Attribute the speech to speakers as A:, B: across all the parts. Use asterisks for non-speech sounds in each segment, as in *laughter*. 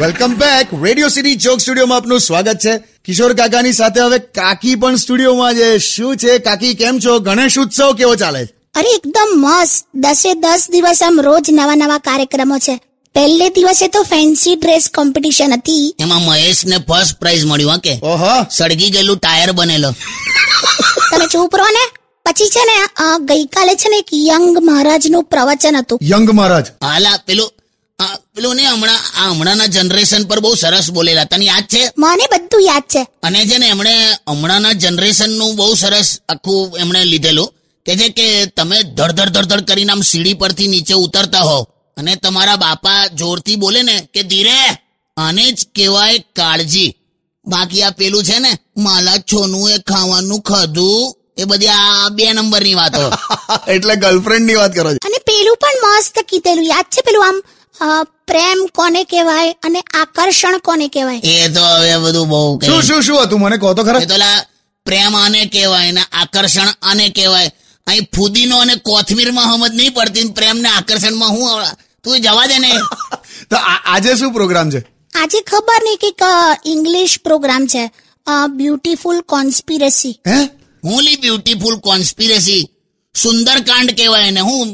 A: welcome back radio city ચોક સ્ટુડિયોમાં આપનું સ્વાગત છે કિશોર કાકાની સાથે હવે કાકી પણ સ્ટુડિયોમાં છે શું છે કાકી કેમ છો ગણેશ ઉત્સવ કેવો ચાલે છે
B: અરે એકદમ મસ્ત દસે દસ દિવસ આમ રોજ નવા નવા કાર્યક્રમો છે પહેલે દિવસે તો ફેન્સી ડ્રેસ કોમ્પિટિશન હતી
C: એમાં મહેશ ને ફર્સ્ટ પ્રાઇઝ મળ્યું હા કે
A: ઓહો
C: સળગી ગયેલું ટાયર બનેલો
B: તમે ચૂપ રહો ને પછી છે ને અ, ગઈકાલે છે ને એક યંગ મહારાજનું પ્રવચન હતું
A: યંગ મહારાજ
C: હાલા પેલું આ પેલું ને હમણાં આ હમણાંના જનરેશન પર બહુ સરસ બોલેલા તને યાદ છે
B: મને બધું યાદ છે
C: અને છે ને એમણે હમણાંના જનરેશનનું બહુ સરસ આખું એમણે લીધેલું કે છે કે તમે ધડધડ ધડધડ કરીને આમ સીડી પરથી નીચે ઉતરતા હો અને તમારા બાપા જોરથી બોલે ને કે ધીરે આને જ કહેવાય કાળજી બાકી આ પેલું છે ને માલા છોનું એ ખાવાનું ખાધું એ બધી આ બે નંબરની વાતો
A: *laughs* એટલે ગર્લફ્રેન્ડ ની વાત કરો છો
B: અને પેલું પણ મસ્ત કીધેલું યાદ છે પેલું આમ અ, પ્રેમ કોને કહેવાય અને આકર્ષણ કોને કહેવાય
C: એ તો હવે બધું બહુ કઈ
A: શું શું શું હતું મને કહો તો ખરા
C: એ તો લા પ્રેમ આને કહેવાય ને આકર્ષણ આને કહેવાય અહીં ફુદીનો અને કોથમીરમાં સમજ નહીં પડતી ને પ્રેમ ને આકર્ષણમાં હું આવડા- તું જવા દે ને
A: તો આ- આજે શું પ્રોગ્રામ છે
B: આજે ખબર નહીં કે ઇંગ્લિશ પ્રોગ્રામ છે બ્યુટીફુલ કોન્સ્પિરસી
A: હે
C: હોલી બ્યુટીફુલ કોન્સ્પિરસી સુંદરકાંડ કહેવાય ને હું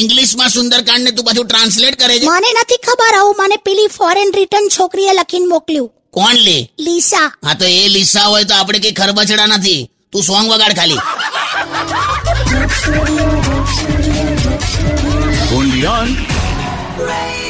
C: ઇંગ્લિશમાં સુંદરકાંડ ને તું પાછું ટ્રાન્સલેટ કરે છે
B: મને નથી ખબર આવું મને પેલી ફોરેન રિટર્ન છોકરીએ લખીને મોકલ્યું
C: કોણ લે
B: લીસા
C: હા તો એ લીસા હોય તો આપણે કઈ ખરબચડા નથી તું સોંગ વગાડ ખાલી
D: only on
E: Radio